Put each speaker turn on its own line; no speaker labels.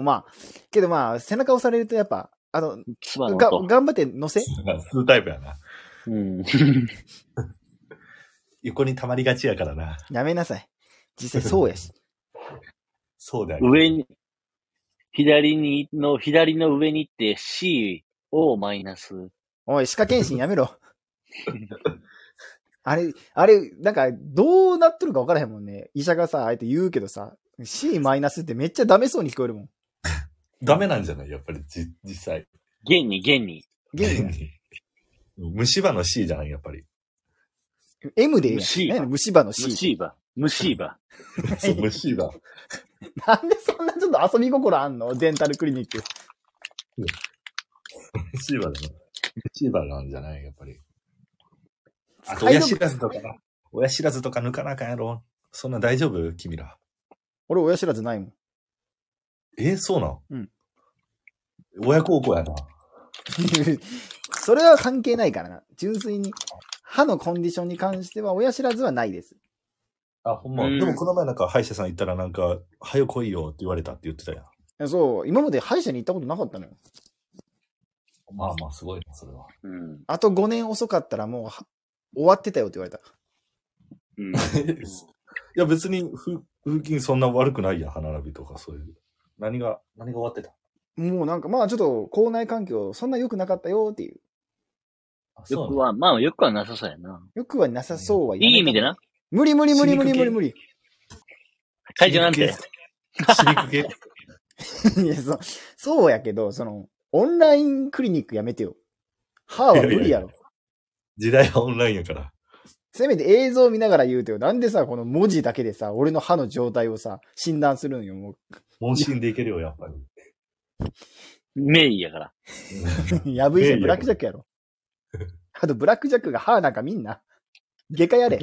まあ、けどまあ、背中押されるとやっぱ、あの、
つばの
が
音。
頑張って乗せ
なんか吸うタイプやな。
うん。
横に溜まりがちやからな。
やめなさい。実際そうやし。
そうだよね。
上に、左にの、左の上に行って C をマイナス。
おい、歯科検診やめろ。あれ、あれ、なんか、どうなっとるか分からへんもんね。医者がさ、あえて言うけどさ、C マイナスってめっちゃダメそうに聞こえるもん。
ダメなんじゃないやっぱりじ実際。
現に、現に。
現 に
虫歯の C じゃないやっ ぱり。
M でええやん
虫
何やねん虫歯の C。
虫歯。虫歯。
そう、虫歯。
なんでそんなちょっと遊び心あんのデンタルクリニック。
虫歯だな。虫歯なんじゃないやっぱり。あと、
使いど
親知らずとか、親知らずとか抜かなあかんやろ。そんな大丈夫君ら。
俺、親知らずないもん。
えそうな
う
ん
ん。
親孝行やな。
それは関係ないからな。純粋に、歯のコンディションに関しては、親知らずはないです。
あ、ほんま。
うん
でもこの前なんか歯医者さん行ったらなんか、早よ来いよって言われたって言ってたやん。
そう、今まで歯医者に行ったことなかったのよ。
まあまあ、すごいな、そ れは。
うん。
あと5年遅かったらもうは、終わってたよって言われた。
うん。
いや、別に、ふ、 風筋そんな悪くないや、歯並びとかそういう。何が、何が終わってた
もうなんか、まあちょっと、校内環境、そんな良くなかったよっていう。
あ、
よ
そう
く
なの
は、まあ、よくはなさそうやな。
よくはなさそうは言わ
い
ない
意味でな。
無理無理無理無理無理無理。
会場なんて。
歯肉系
いや、そう、そうやけど、その、オンラインクリニックやめてよ。歯は無理やろ。
時代はオンラインやから。
せめて映像を見ながら言うてよ。なんでさ、この文字だけでさ、俺の歯の状態をさ、診断するんよ。も
問診でいけるよ、やっぱ り。
名医やから。
う、やぶいじゃん
いやいや
ブラックジャックやろ。あと、ブラックジャックが歯なんかみんな。外科やれ。